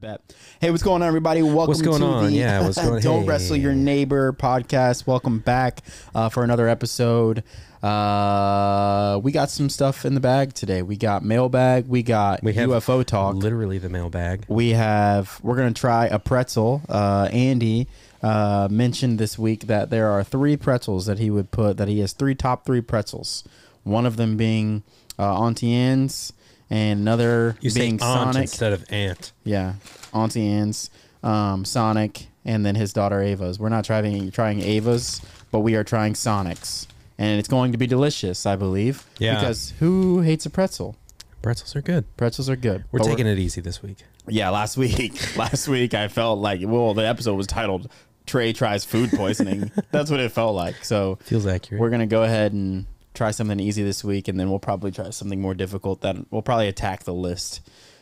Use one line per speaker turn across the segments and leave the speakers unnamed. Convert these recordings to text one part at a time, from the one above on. that. Hey, what's going on, everybody? Welcome
What's going
to
on?
the
Yeah, what's going-
Don't
Hey.
Wrestle Your Neighbor podcast. Welcome back uh, for another episode. Uh, we got some stuff in the bag today. We got mailbag. We got
We have
UFO talk.
Literally the mailbag.
we have. We're gonna try a pretzel. Uh, Andy uh, mentioned this week that there are three pretzels that he would put. That he has three top three pretzels. One of them being uh, Auntie Anne's, and another
You say
being
aunt
Sonic.
instead of aunt.
Yeah, Auntie Anne's, um, Sonic, and then his daughter Ava's. We're not trying trying Ava's, but we are trying Sonic's, and it's going to be delicious, I believe.
Yeah.
Because who hates a pretzel?
Pretzels are good.
Pretzels are good.
We're taking it easy this week.
Yeah, last week, last week I felt like well, the episode was titled "Trey tries food poisoning." That's what it felt like. So
Feels accurate.
we're gonna go ahead and try something easy this week, and then we'll probably try something more difficult. That we'll probably attack the list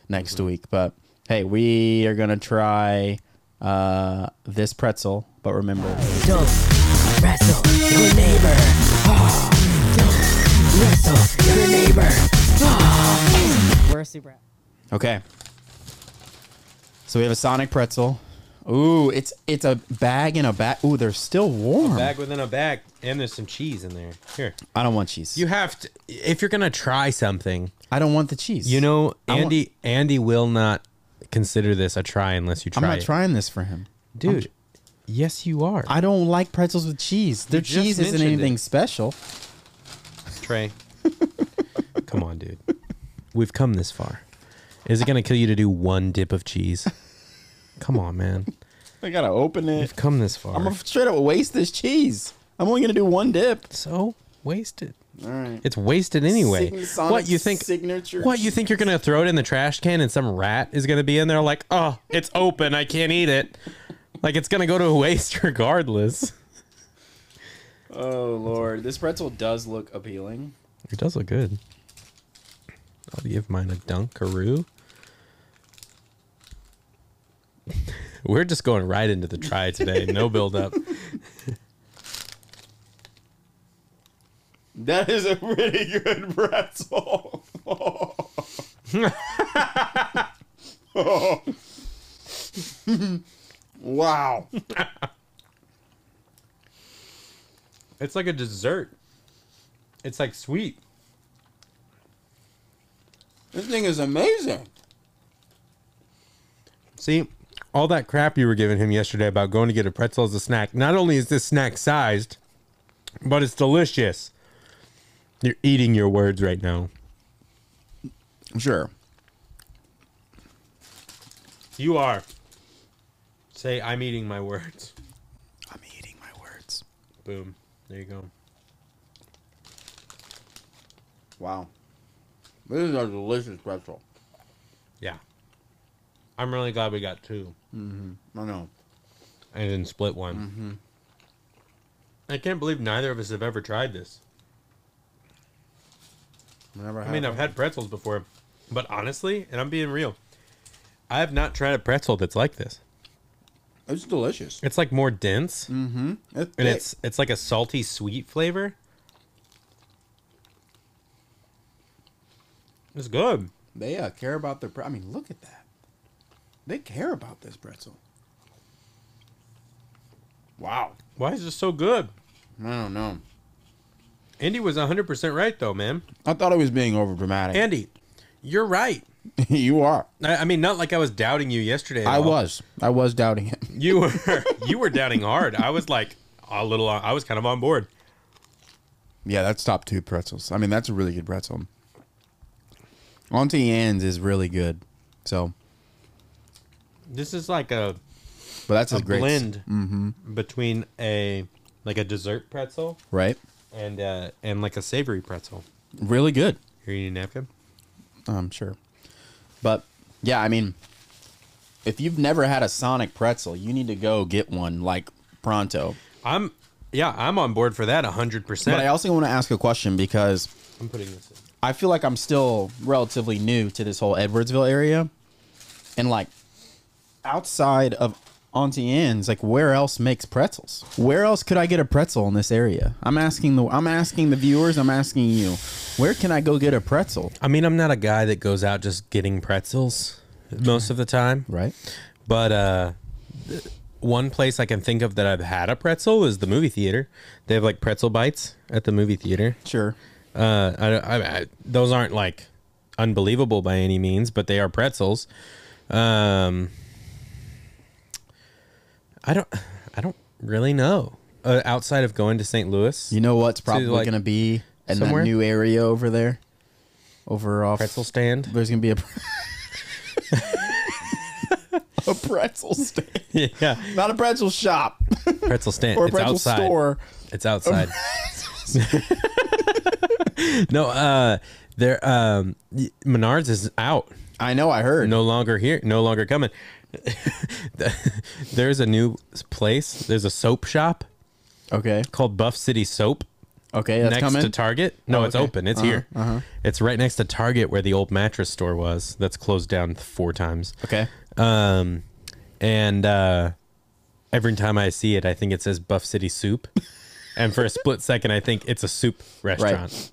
next
Mm-hmm.
week. But hey, we are gonna try uh, this pretzel. But remember,
Don't wrestle your neighbor. Ah, Don't wrestle your neighbor.
We're a super.
okay. So we have a Sonic pretzel. Ooh, it's it's a bag in a bag. Ooh, they're still warm.
bag within a bag, and there's some cheese in there. Here,
I don't want cheese.
you have to. If you're gonna try something,
I don't want the cheese.
you know,
I want-
Andy. Andy will not consider this a try unless you
I'm
try.
not
it.
trying this for him,
dude. yes, you are.
I don't like pretzels with cheese. Their
just
cheese isn't
mentioned it.
anything special.
Trey. Come on, dude. We've come this far. Is it gonna kill you to do one dip of cheese? Come on, man.
I gotta open it.
We've come this far.
I'm gonna straight up waste this cheese. I'm only gonna do one dip.
so wasted.
All right.
It's wasted anyway.
Sing Sonic's
What you think?
signature
What you think you're gonna throw it in the trash can and some rat is gonna be in there like, oh, it's open, I can't eat it. Like it's gonna go to waste regardless.
Oh lord, this pretzel does look appealing.
It does look good. I'll give mine a dunkaroo. We're just going right into the try today. No build up.
That is a pretty good pretzel. wow.
It's like a dessert. It's like sweet.
This thing is amazing.
See, all that crap you were giving him yesterday about going to get a pretzel as a snack, not only is this snack sized, but it's delicious. You're eating your words right now.
Sure.
You are. Say, I'm eating my words.
I'm eating my words.
Boom. There you go.
Wow. This is a delicious pretzel.
Yeah. I'm really glad we got two.
I know.
I didn't split one. I can't believe neither of us have ever tried this.
Never
I mean, I've had pretzels before, but honestly, and I'm being real, I have not tried a pretzel that's like this.
it's delicious.
It's like more dense,
Mm.
and
It's thick.
it's it's like a salty sweet flavor. It's good.
They uh, care about their. Pre- I mean, look at that. They care about this pretzel. Wow.
Why is this so good?
I don't know.
Andy was 100% right though, man.
I thought I was being overdramatic.
Andy, you're right.
you are.
I, I mean, not like I was doubting you yesterday. at
I
all.
was. I was doubting it.
You were you were doubting hard. I was like a little. I was kind of on board.
Yeah, that's top two pretzels. I mean, that's a really good pretzel. Auntie Anne's is really good. So,
This is like a,
but that's a,
a
great
blend
Mm-hmm.
between a like a dessert pretzel
right?
and uh, and like a savory pretzel.
Really good.
Here you need a napkin.
I'm sure. But yeah, I mean, if you've never had a Sonic pretzel, you need to go get one like pronto.
I'm yeah, I'm on board for that hundred
But I
percent.
also want to ask a question because
I'm putting this in.
I feel like I'm still relatively new to this whole Edwardsville area. And like outside of Auntie Anne's, like where else makes pretzels? Where else could I get a pretzel in this area? I'm asking the I'm asking the viewers, I'm asking you, where can I go get a pretzel?
I mean, I'm not a guy that goes out just getting pretzels. most of the time.
right?
But uh, th- one place I can think of that I've had a pretzel is the movie theater. They have like pretzel bites at the movie theater.
Sure.
Uh, I, I, I, those aren't like unbelievable by any means, but they are pretzels. Um, I don't, I don't really know. Uh, outside of going to St. Louis,
You know what's probably
like,
going to be in that
somewhere?
new area over there? Over off.
pretzel stand.
There's going to be a. a pretzel stand.
yeah,
Not a pretzel shop
pretzel stand.
or a
it's
pretzel
outside.
store.
It's outside. no, uh, there. Um, y- Menards is out.
I know, I heard.
no longer here, no longer coming. there's a new place. There's a soap shop
Okay.
called Buff City Soap
Okay, that's
next
coming.
to Target. No,
Oh,
it's
okay.
open. It's
Uh-huh,
here.
uh-huh.
It's right next to Target where the old mattress store was. That's closed down four times.
okay.
Um, and uh, every time I see it, I think it says Buff City Soup, and for a split second, I think it's a soup restaurant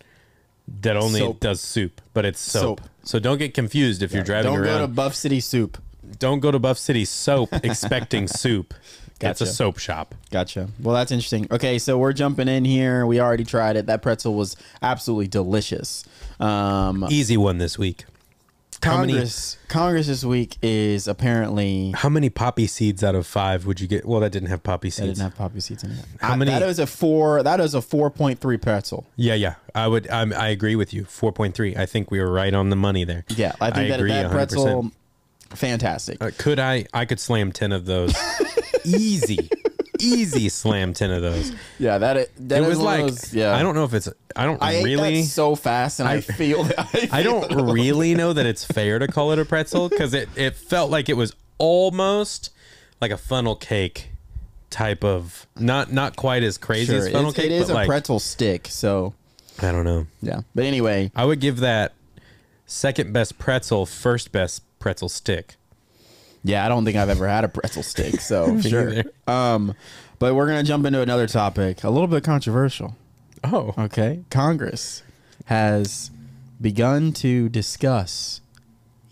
that only
Soap.
does soup, but it's soap.
Soap.
So don't get confused if you're driving
Don't
around
go to Buff City Soup.
don't go to Buff City Soap expecting soup. That's
Gotcha.
a soap shop.
Gotcha. Well, that's interesting. Okay, so we're jumping in here. We already tried it. That pretzel was absolutely delicious. Um,
Easy one this week. How many-
Congress, Congress this week is apparently.
How many poppy seeds out of five would you get? Well, that didn't have poppy
I
seeds.
didn't have poppy seeds in it.
How
I-
many-
That is a four. That is a four point three pretzel.
yeah, yeah. I would. I'm, I agree with you. Four point three. I think we were right on the money there.
Yeah, I think that, that pretzel, fantastic.
Uh, could I? I could slam ten of those. easy, easy slam ten of those.
yeah, that i- that
It
is
was
one
like
of those- yeah.
I don't know if it's. I don't
I
really.
ate that so fast, and I, feel. I,
I don't really know that it's fair to call it a pretzel because it, it felt like it was almost like a funnel cake type of not not quite as crazy
Sure,
as funnel
it's,
cake.
it is a
but like,
pretzel stick. So
I don't know.
yeah, but anyway,
I would give that second best pretzel, first best pretzel stick.
Yeah, I don't think I've ever had a pretzel stick, so sure.
either.
Um, but we're gonna jump into another topic, a little bit controversial.
Oh,
Okay, Congress has begun to discuss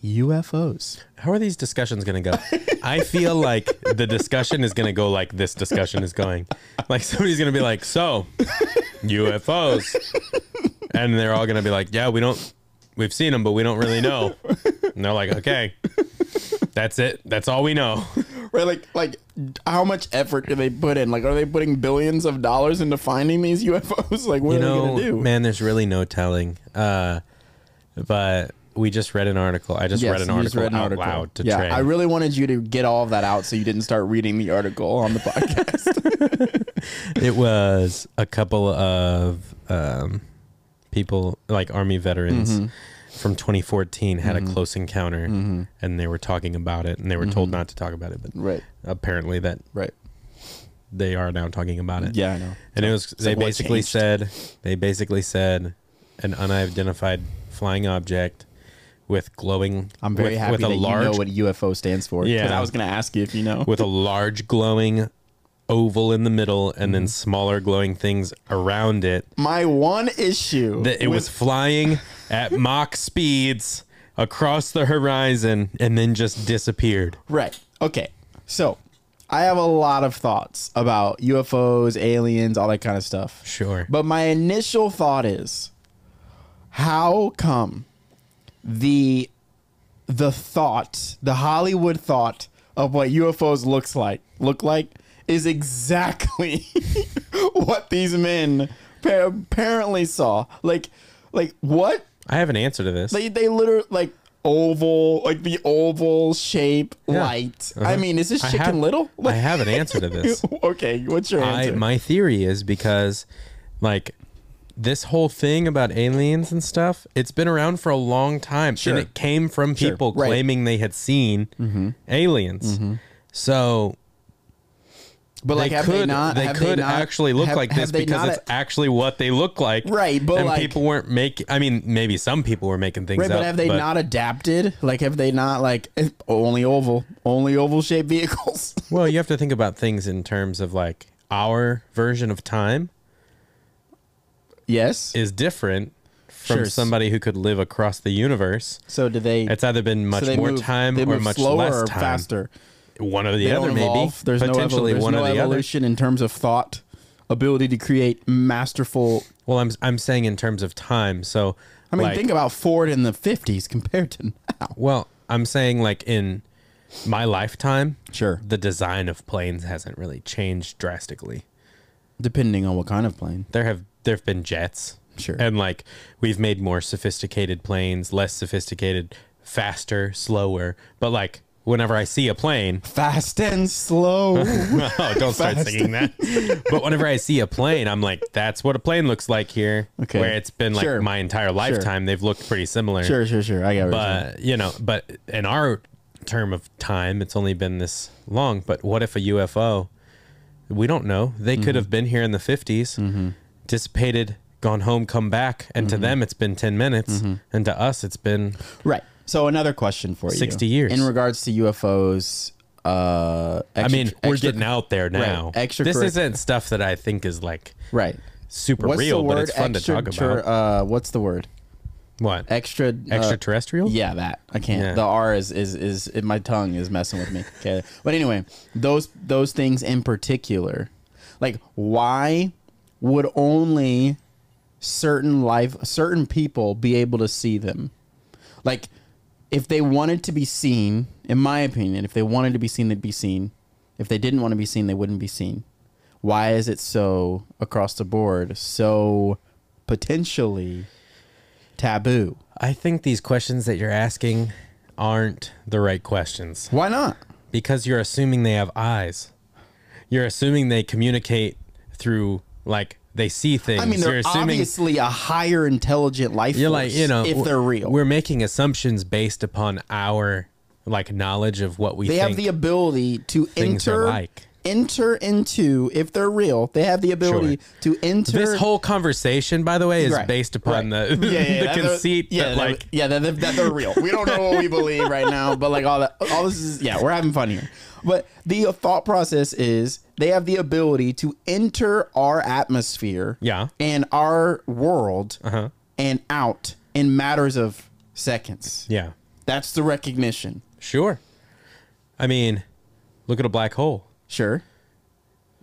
UFOs.
how are these discussions going to go? I feel like the discussion is going to go like this discussion is going. Like somebody's going to be like, "So, UFOs." And they're all going to be like, "Yeah, we don't we've seen them, but we don't really know." And they're like, "Okay. That's it. That's all we know."
Right, like, like, how much effort do they put in? Like, are they putting billions of dollars into finding these UFOs? Like, what
You know, man, there's really no telling. Uh but we just read an article. I just read an article out loud to
yeah,
Trey.
I really wanted you to get all of that out so you didn't start reading the article on the podcast.
it was a couple of um, people like army veterans
Mm-hmm.
from 2014 had a close encounter and they were talking about it and they were told not to talk about it but
Mm-hmm. right,
apparently that
right.
they are now talking about it
Yeah, I know.
and it was they
like, what
basically
changed?
said they basically said an unidentified flying object with glowing
I'm very
with,
happy
with
that
a large
you know what UFO stands for. 'cause
Yeah.
I was going to ask you if you know.
with a large glowing oval in the middle and then
Mm-hmm.
smaller glowing things around it
My one issue.
that it was flying at mock speeds across the horizon and then just disappeared.
right. Okay. So I have a lot of thoughts about UFOs, aliens, all that kind of stuff.
Sure.
But my initial thought is how come the the thought, the Hollywood thought of what UFOs looks like look like is exactly what these men pa- apparently saw. Like like what?
I have an answer to this.
They they literally like oval, like the oval shape
Yeah.
light.
Uh-huh.
I mean, is this
I
Chicken
have-
Little?
I have an answer to this.
okay, what's your
I
answer?
my theory is because like this whole thing about aliens and stuff, it's been around for a long time.
Sure.
And it came from people
Right. Mm-hmm.
claiming they had seen aliens. So
but like,
they
have
could,
they not?
they
have
could
not-
actually look
have-
like this
have they
because
not-
it's actually what they look like.
Right, but,
and
like-
people weren't making. I mean, maybe some people were making things
Right,
up.
but have they not adapted? Like, have they not like only oval, only oval shaped vehicles?
Well, you have to think about things in terms of like our version of time
yes,
is different from
Sure.
somebody who could live across the universe.
So do they?
It's either been much
so they
more
move-
time
they
or
move
much
slower
less
or
time.
faster.
One or the
They
other,
don't
maybe.
evolve. There's
Potentially
no, evol-
one
there's
or
no
the other.
evolution in terms of thought, ability to create masterful.
Well, I'm I'm saying in terms of time. So
I mean,
like,
think about Ford in the 50s compared to now.
Well, I'm saying like in my lifetime,
Sure.
the design of planes hasn't really changed drastically.
Depending on what kind of plane.
There have there've been jets,
Sure.
and like we've made more sophisticated planes, less sophisticated, faster, slower. But like whenever I see a plane,
Fast and slow.
oh, don't start singing that. but whenever I see a plane, I'm like, that's what a plane looks like here.
Okay.
where it's been like
Sure.
my entire lifetime, they've looked pretty similar.
sure, sure, sure. I got what you're saying.
but you know but in our term of time it's only been this long but what if a ufo we don't know they could
Mm-hmm.
have been here in the 50s dissipated gone home come back and to
Mm-hmm.
them it's been 10 minutes and to us it's been
Right. So another question for you.
60 years.
In regards to UFOs, uh,
i mean we're
extra-
getting out there now
Extra-
this isn't stuff that i think is like
Right.
super real but it's fun to talk
Extrater-
about
Uh, what's the word?
what
Extra. uh,
extraterrestrial
Yeah, that I can't.
Yeah.
The R is is is it, my tongue is messing with me. Okay, but anyway, those those things in particular, like why would only certain life certain people be able to see them? Like if they wanted to be seen, in my opinion, if they wanted to be seen, they'd be seen. If they didn't want to be seen, they wouldn't be seen. Why is it so across the board so potentially taboo?
i think these questions that you're asking aren't the right questions
Why not?
Because you're assuming they have eyes. You're assuming they communicate through like they see things.
I mean,
you're
they're
assuming
obviously a higher intelligent life
you're
force
like, you know,
if
w-
they're real.
We're making assumptions based upon our like knowledge of what we
they
think.
have the ability to
things are
enter
like.
enter into if they're real. They have the ability to enter
this whole conversation, by the way, is
Right,
based upon
right.
the
Yeah, yeah, yeah,
the
that they're-
conceit
yeah,
that
they're-
like
yeah, that, that, that they're real. We don't know what we believe right now, but like all that, all this is yeah, we're having fun here. But the thought process is they have the ability to enter our atmosphere,
Yeah. Uh-huh.
and our world, and out in matters of seconds.
yeah,
That's the recognition.
sure. I mean, look at a black hole.
Sure.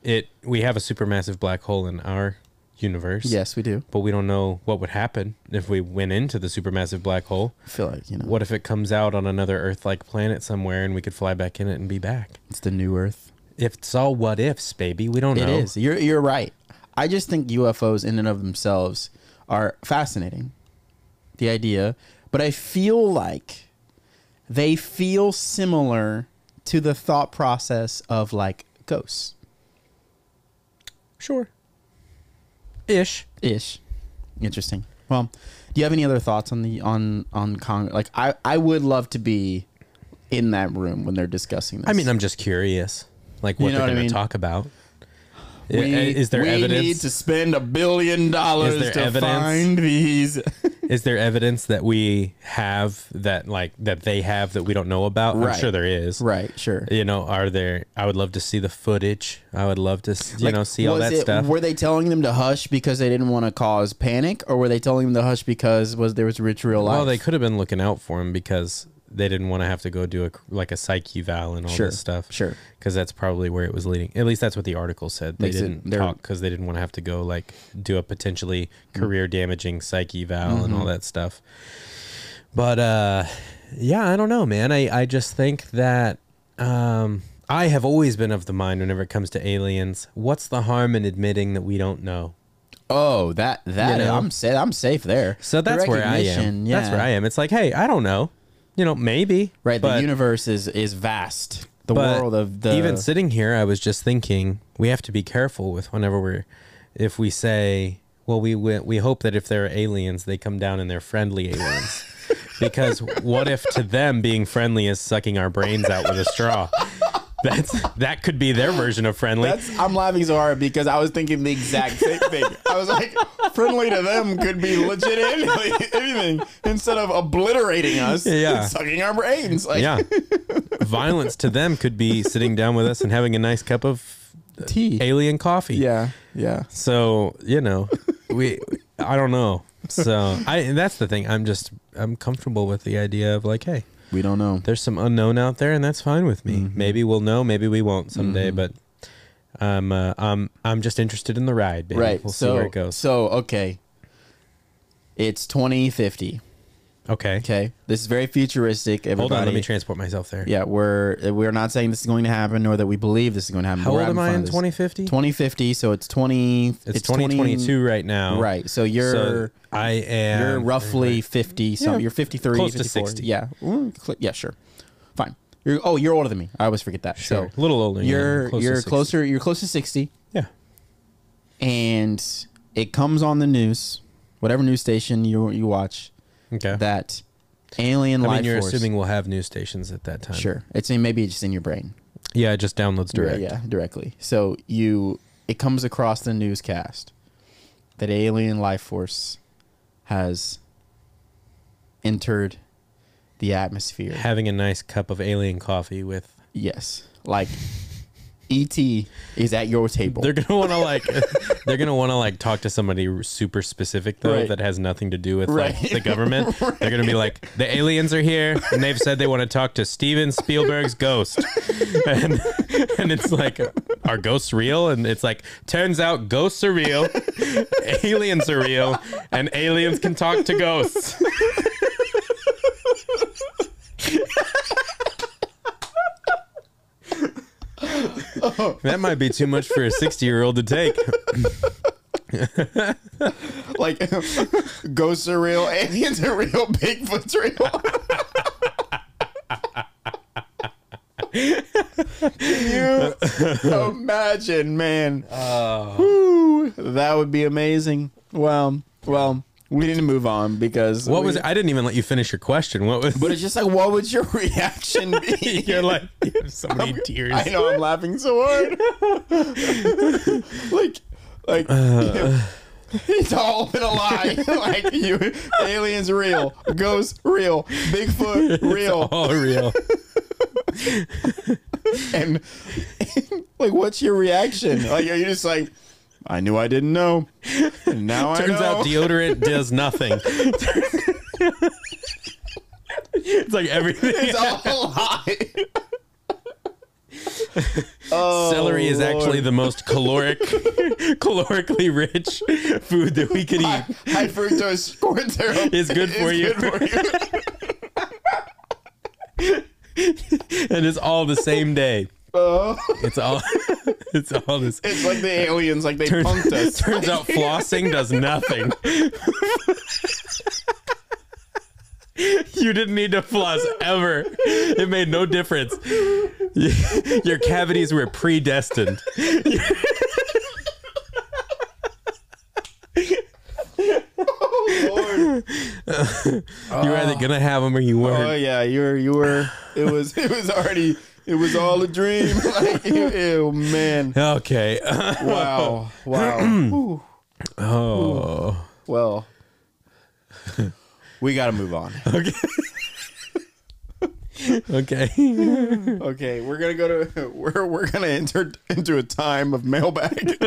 It we have a supermassive black hole in our universe.
Yes, we do.
but we don't know what would happen if we went into the supermassive black hole.
I feel like, you know,
What if it comes out on another Earth like planet somewhere and we could fly back in it and be back?
it's the new earth.
If it's all what ifs, baby, we don't
It
know.
is. You're you're right. I just think UFOs in and of themselves are fascinating. The idea, but I feel like they feel similar to the thought process of like ghosts
Sure. Ish.
ish. Interesting. Well, do you have any other thoughts on the on on con like I I would love to be in that room when they're discussing this.
I mean, I'm just curious, like what
You know
they're
what I
going
mean?
to talk about. I-
We,
is there
we need
evidence?
to spend a billion dollars
Is there
to
evidence?
find these.
Is there evidence that we have that like that they have that we don't know about?
Right.
I'm sure there is.
right, sure.
You know, are there? I would love to see the footage. I would love to, s- you
Like,
know, see all
was
that
it-
stuff.
Were they telling them to hush because they didn't want to cause panic, or were they telling them to hush because was there was rich real life?
Well, they could have been looking out for him because they didn't want to have to go do a like a psyche eval and all
Sure,
this stuff.
sure.
because that's probably where it was leading. At least that's what the article said. They
Makes it-
didn't
they're-
talk because they didn't want to have to go like do a potentially
Mm.
career damaging psyche eval and
Mm-hmm.
all that stuff. But uh, yeah, I don't know, man. I I just think that. Um, I have always been of the mind whenever it comes to aliens. What's the harm in admitting that we don't know?
oh, that that
You know?
I'm safe. I'm safe there.
So
The
that's where I am.
recognition, Yeah.
That's where I am. It's like, hey, I don't know. You know, maybe.
Right, the
but-
universe is is vast. The
but
world of the
even sitting here, I was just thinking we have to be careful with whenever we're if we say, well, we we, we hope that if there are aliens, they come down and they're friendly aliens. because what if to them being friendly is sucking our brains out with a straw? That's that could be their version of friendly.
That's, I'm laughing so hard because I was thinking the exact same thing. I was like, friendly to them could be legit anything, anything instead of obliterating us,
Yeah.
and sucking our brains. Like,
yeah. Violence to them could be sitting down with us and having a nice cup of
tea.
alien coffee.
Yeah, yeah.
So you know, we I don't know. so I and that's the thing. I'm just I'm comfortable with the idea of like, hey,
We don't know.
there's some unknown out there, and that's fine with me.
Mm-hmm.
Maybe we'll know, maybe we won't someday. But um, uh, um, I'm just interested in the ride, baby.
Right.
We'll
so,
see where it goes.
So, okay. It's 2050.
okay.
Okay. This is very futuristic. Everybody.
Hold on. Let me transport myself there.
Yeah, we're we're not saying this is going to happen, nor that we believe this is going to happen.
How
We're
old
having
am I
fun
in
with this.
2050?
2050. So it's 20.
It's,
20
2022 right now.
Right. So
So
you're
I am.
you're roughly 50. Some
Yeah.
you're 53,
Close to
54.
60.
Yeah. Mm, cl- Yeah. Sure. Fine. You're oh you're older than me. I always forget that.
Sure.
So
A little older.
You're
yeah. Close to
you're
60.
closer. You're close to 60.
Yeah.
and it comes on the news, whatever news station you you watch,
Okay.
that alien
I
life
mean, you're
force.
assuming we'll have news stations at that time.
sure, it's in, maybe it's just in your brain,
Yeah, it just downloads direct.
Yeah, yeah, directly. So you, it comes across the newscast that alien life force has entered the atmosphere.
Having a nice cup of alien coffee with.
yes, like ET is at your table.
They're gonna want to like. they're gonna want to like talk to somebody super specific though
Right.
that has nothing to do with
Right.
like the government. They're gonna be like, the aliens are here, and they've said they want to talk to Steven Spielberg's ghost, and and it's like, are ghosts real? And it's like, turns out ghosts are real, aliens are real, and aliens can talk to ghosts. That might be too much for a 60 year old to take.
like ghosts are real, aliens are real, Bigfoot's real. Can you imagine, man?
Uh.
Whew, that would be amazing. Well, well, we need to move on because
What
we-
was I didn't even let you finish your question. What was
But it's just like, what would your reaction be?
you're like you have so many tears.
I know I'm laughing so hard. like, like
Uh,
it's all been a lie. like you, aliens real, ghosts real, Bigfoot real,
All real.
and like, what's your reaction? Like, are you just like, I knew I didn't know, and now I
Turns
know.
out deodorant does nothing. it's like everything
it's all a lie.
celery is
Oh, Lord.
actually the most caloric calorically rich food that we could
High,
eat.
high fructose corn syrup
It's good
is
for you.
good for you.
And it's all the same day. It's all it's all this
Oh. It's like the aliens, like they punked us.
Turns out flossing does nothing. you didn't need to floss ever. It made no difference. Your cavities were predestined. You were either gonna have them or you
Oh
weren't.
yeah, you were you were. It was it was already it was all a dream. Like ew, ew, man,
Okay.
wow, wow. Ooh.
Oh.
Well, we got to move on.
Okay. okay.
Okay, we're gonna go to we're we're gonna enter into a time of mailbag.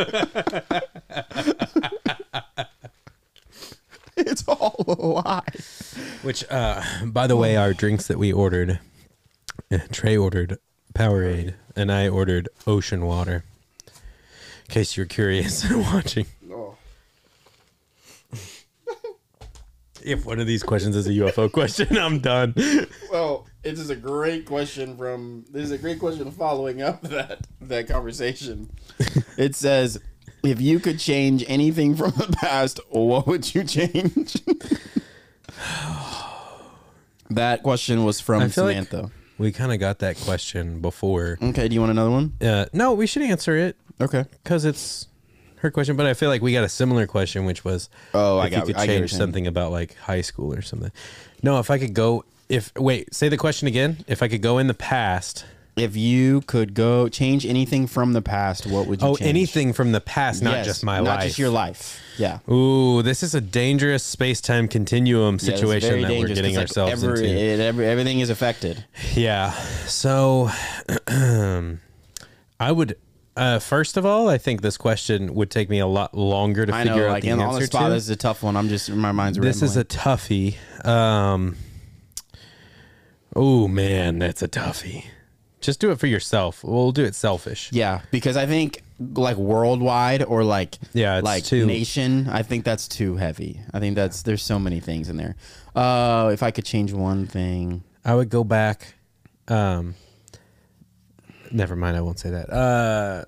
it's all a lie.
Which, uh, by the way, our drinks that we ordered, eh, Trey ordered Powerade, and I ordered Ocean Water. In case you're curious and watching, if one of these questions is a UFO question, I'm done.
Well, this is a great question from this is a great question following up that that conversation. it says if you could change anything from the past, what would you change? that question was from
I feel like-
Samantha.
We kind of got that question before.
okay, do you want another one?
Uh, no, we should answer it
Okay.
because it's her question. But I feel like we got a similar question, which was,
Oh,
if
I got-
you could
I get what you're
change
saying.
something about like high school or something. No, if I could go, if wait, say the question again. If I could go in the past,
If you could go change anything from the past, what would you
oh,
change?
anything from the past, not
Yes,
just my
Not
life,
just your life. Yeah.
Ooh, this is a dangerous space time
Yeah,
continuum
it's
situation
very
that we're
dangerous
getting
'cause, like,
ourselves
every-
into.
it- every- everything is affected.
Yeah. So I would Uh, first of all, I think this question would take me a lot longer to
I
figure
know,
out
like
the
in,
answer
on the spot,
to.
this is a tough one. I'm just my mind's.
this is a toughie. Um, oh man, that's a toughie. Just do it for yourself. We'll do it selfish.
yeah, because I think like worldwide or like
Yeah, it's
like
too-
nation. I think that's too heavy. I think that's there's so many things in there. Uh, if I could change one thing,
I would go back. Um, never mind. I won't say that. Uh,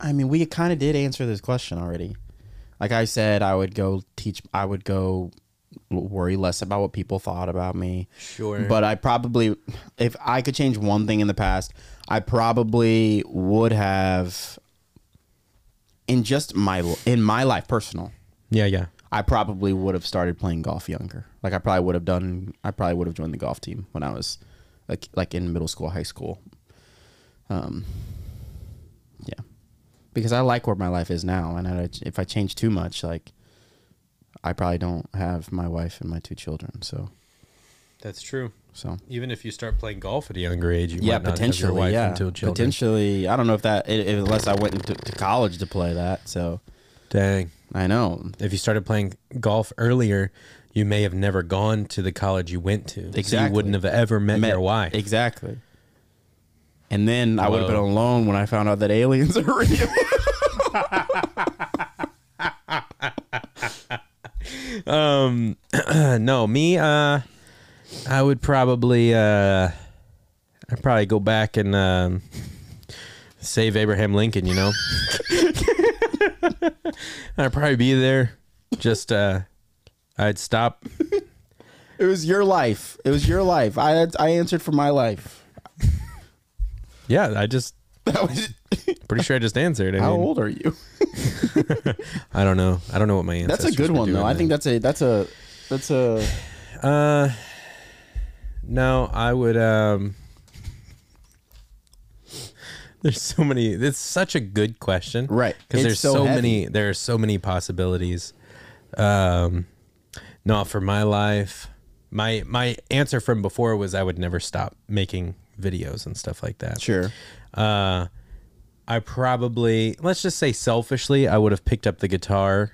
I mean, we kind of did answer this question already. Like I said, I would go teach. I would go worry less about what people thought about me.
Sure.
But I probably, if I could change one thing in the past, I probably would have. In just my in my life, personal,
yeah, yeah.
I probably would have started playing golf younger. Like I probably would have done. I probably would have joined the golf team when I was like like in middle school, high school. Um. Yeah, because I like where my life is now, and I, if I change too much, like I probably don't have my wife and my two children. So
That's true.
so
Even if you start playing golf at a younger age, you
yeah,
might not have
potentially.
your wife
yeah,
until children.
potentially. I don't know if that i- i- unless I went to, to college to play that. So
Dang.
I know
If you started playing golf earlier, you may have never gone to the college you went to. So
Exactly.
you wouldn't have ever met,
Met-
your wife.
Exactly. And then I would have been
Whoa.
alone when I found out that aliens are real.
Um, no, me. Uh, I would probably. Uh, I'd probably go back and um, save Abraham Lincoln. You know, I'd probably be there. Just uh, I'd stop.
it was your life. It was your life. I had, I answered for my life.
Yeah, I just
That was.
pretty sure I just answered. I
How
mean,
old are you?
I don't know. I don't know what my answer.
That's a good one though. I think that's a that's a that's a.
Uh, no, I would. Um, there's so many. It's such a good question,
Right.
Because
It's
there's
so
so,
heavy.
many. There are so many possibilities. Um, no, for my life, my my answer from before was I would never stop making videos and stuff like that.
Sure.
Uh, I probably let's just say selfishly, I would have picked up the guitar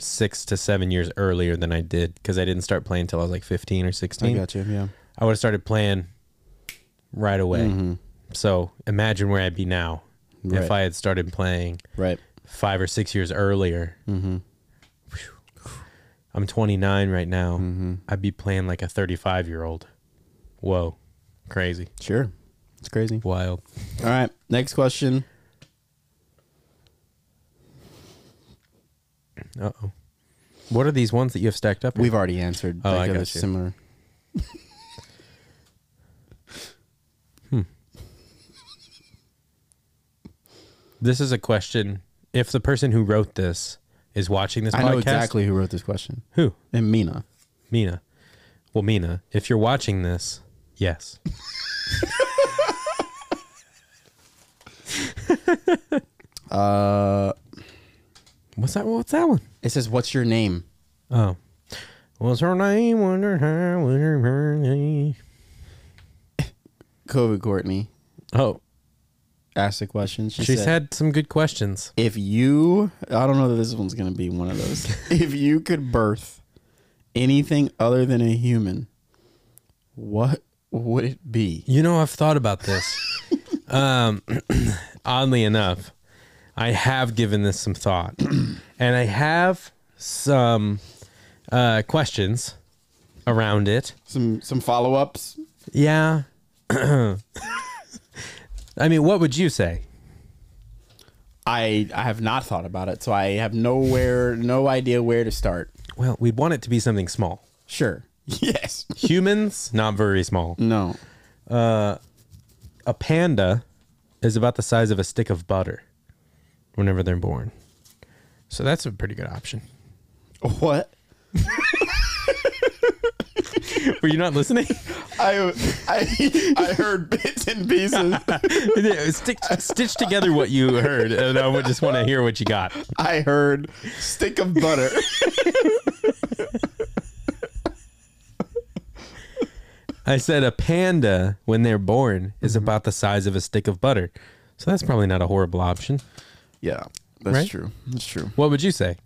six to seven years earlier than I did because I didn't start playing until I was like fifteen or
I
sixteen.
got you. Yeah.
I would have started playing right away. So imagine where I'd be now if
Mm-hmm. Right.
I had started playing
Right.
five or six years earlier.
Mm-hmm.
Phew. I'm 29 right now.
Mm-hmm.
I'd be playing like a 35 year old. Whoa, crazy,
Sure. It's crazy.
wild.
All right. Next question.
Uh oh. What are these ones that you have stacked up?
We've already answered.
Oh,
like,
I
it
got
was
you.
Similar.
This is a question. If the person who wrote this is watching this
I
podcast,
know exactly who wrote this question.
who?
And Mina.
Mina. Well, Mina, if you're watching this, yes.
Uh,
What's that? What's that one?
it says, "What's your name?"
Oh. What's her name? Wonder her, wonder her name.
COVID Courtney
Oh,
asked the question. She
she's
said,
had some good questions.
if you i don't know that this one's gonna be one of those if you could birth anything other than a human what would it be
You know, I've thought about this. um, oddly enough, I have given this some thought, and I have some uh, questions around it.
some some follow-ups
Yeah. I mean, what would you say?
i i have not thought about it so i have nowhere no idea where to start
Well, we'd want it to be something small.
sure yes
Humans, not very small.
no
A panda is about the size of a stick of butter whenever they're born. So that's a pretty good option.
what
Were you not listening?
i i i heard bits and pieces
Stick, stitch together what you heard, and I would just want to hear what you got.
i heard stick of butter
I said a panda when they're born is
Mm-hmm.
about the size of a stick of butter. So that's probably not a horrible option.
Yeah, that's
Right?
true. That's true.
What would you say?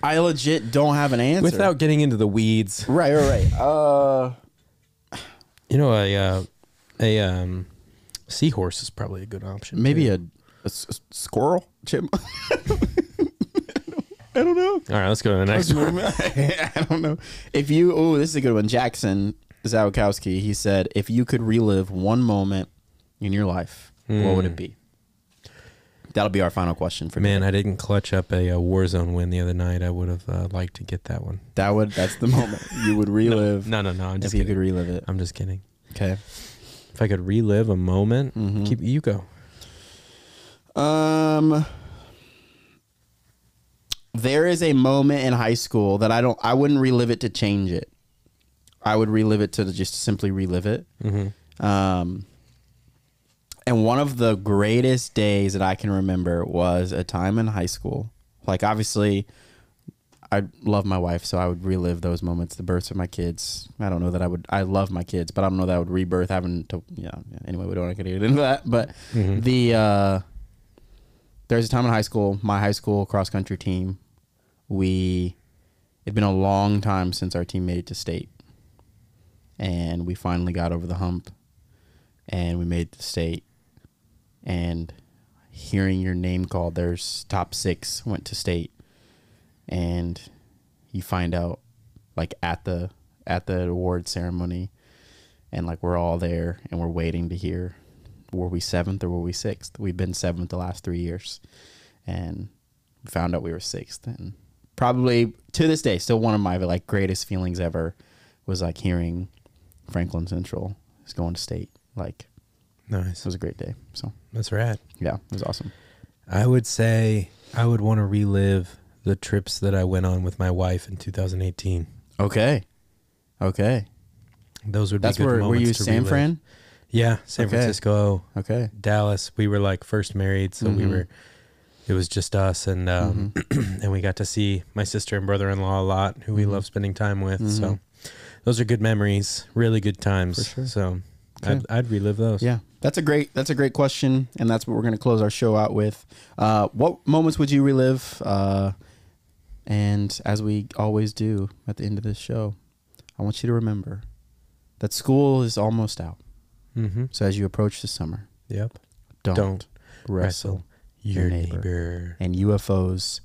I legit don't have an answer.
Without getting into the weeds,
right, right, right. Uh,
you know, a uh, a um, seahorse is probably a good option.
maybe
too.
a, a s- s- squirrel, chipmunk.
All right, let's go to the next one.
I don't know. If you, oh, this is a good one. Jackson Zawakowski, he said, if you could relive one moment in your life, what would it be? That'll be our final question for
Hmm. Man,
today.
I didn't clutch up a, uh Warzone win the other night. I would have uh, liked to get that one.
That would that's the moment you would relive.
No, no, no. I'm
if
just
you
kidding.
could relive it.
I'm just kidding.
Okay.
If I could relive a moment,
Mm-hmm.
keep you go.
Um, there is a moment in high school that I don't. I wouldn't relive it to change it. I would relive it to just simply relive it. Um, and one of the greatest days that I can remember was a time in high school. Like obviously, I love my wife, so I would relive those moments, the births of my kids. I don't know that I would. I love my kids, but I don't know that I would rebirth having to. Yeah. yeah. Anyway, we don't want to get into that. But the uh, there's a time in high school, my high school cross country team. We it'd been a long time since our team made it to state, and we finally got over the hump, and we made it to state, and hearing your name called, there's top six went to state and you find out like at the at the award ceremony and like we're all there and we're waiting to hear were we seventh or were we sixth we've been seventh the last three years and we found out we were sixth and probably to this day still one of my like greatest feelings ever was like hearing franklin central is going to state like it
Nice.
was a great day so
That's rad.
yeah it was awesome
I would say I would want to relive the trips that I went on with my wife in 2018.
okay okay
Those would
that's
be good
where were
moments
you
to
san
relive.
fran
Yeah, San
Okay.
Francisco,
okay
Dallas. We were like first married, so
Mm-hmm.
we were. It was just us, and um, and we got to see my sister and brother in law a lot, who
Mm-hmm.
we love spending time with. So, those are good memories, really good times. So, I'd, I'd relive those.
Yeah, that's a great that's a great question, and that's what we're going to close our show out with. Uh, what moments would you relive? Uh, and as we always do at the end of this show, I want you to remember that school is almost out.
Mm-hmm.
So as you approach the summer,
Yep.
don't,
Don't
wrestle,
Your,
Your neighbor.
neighbor.
and UFOs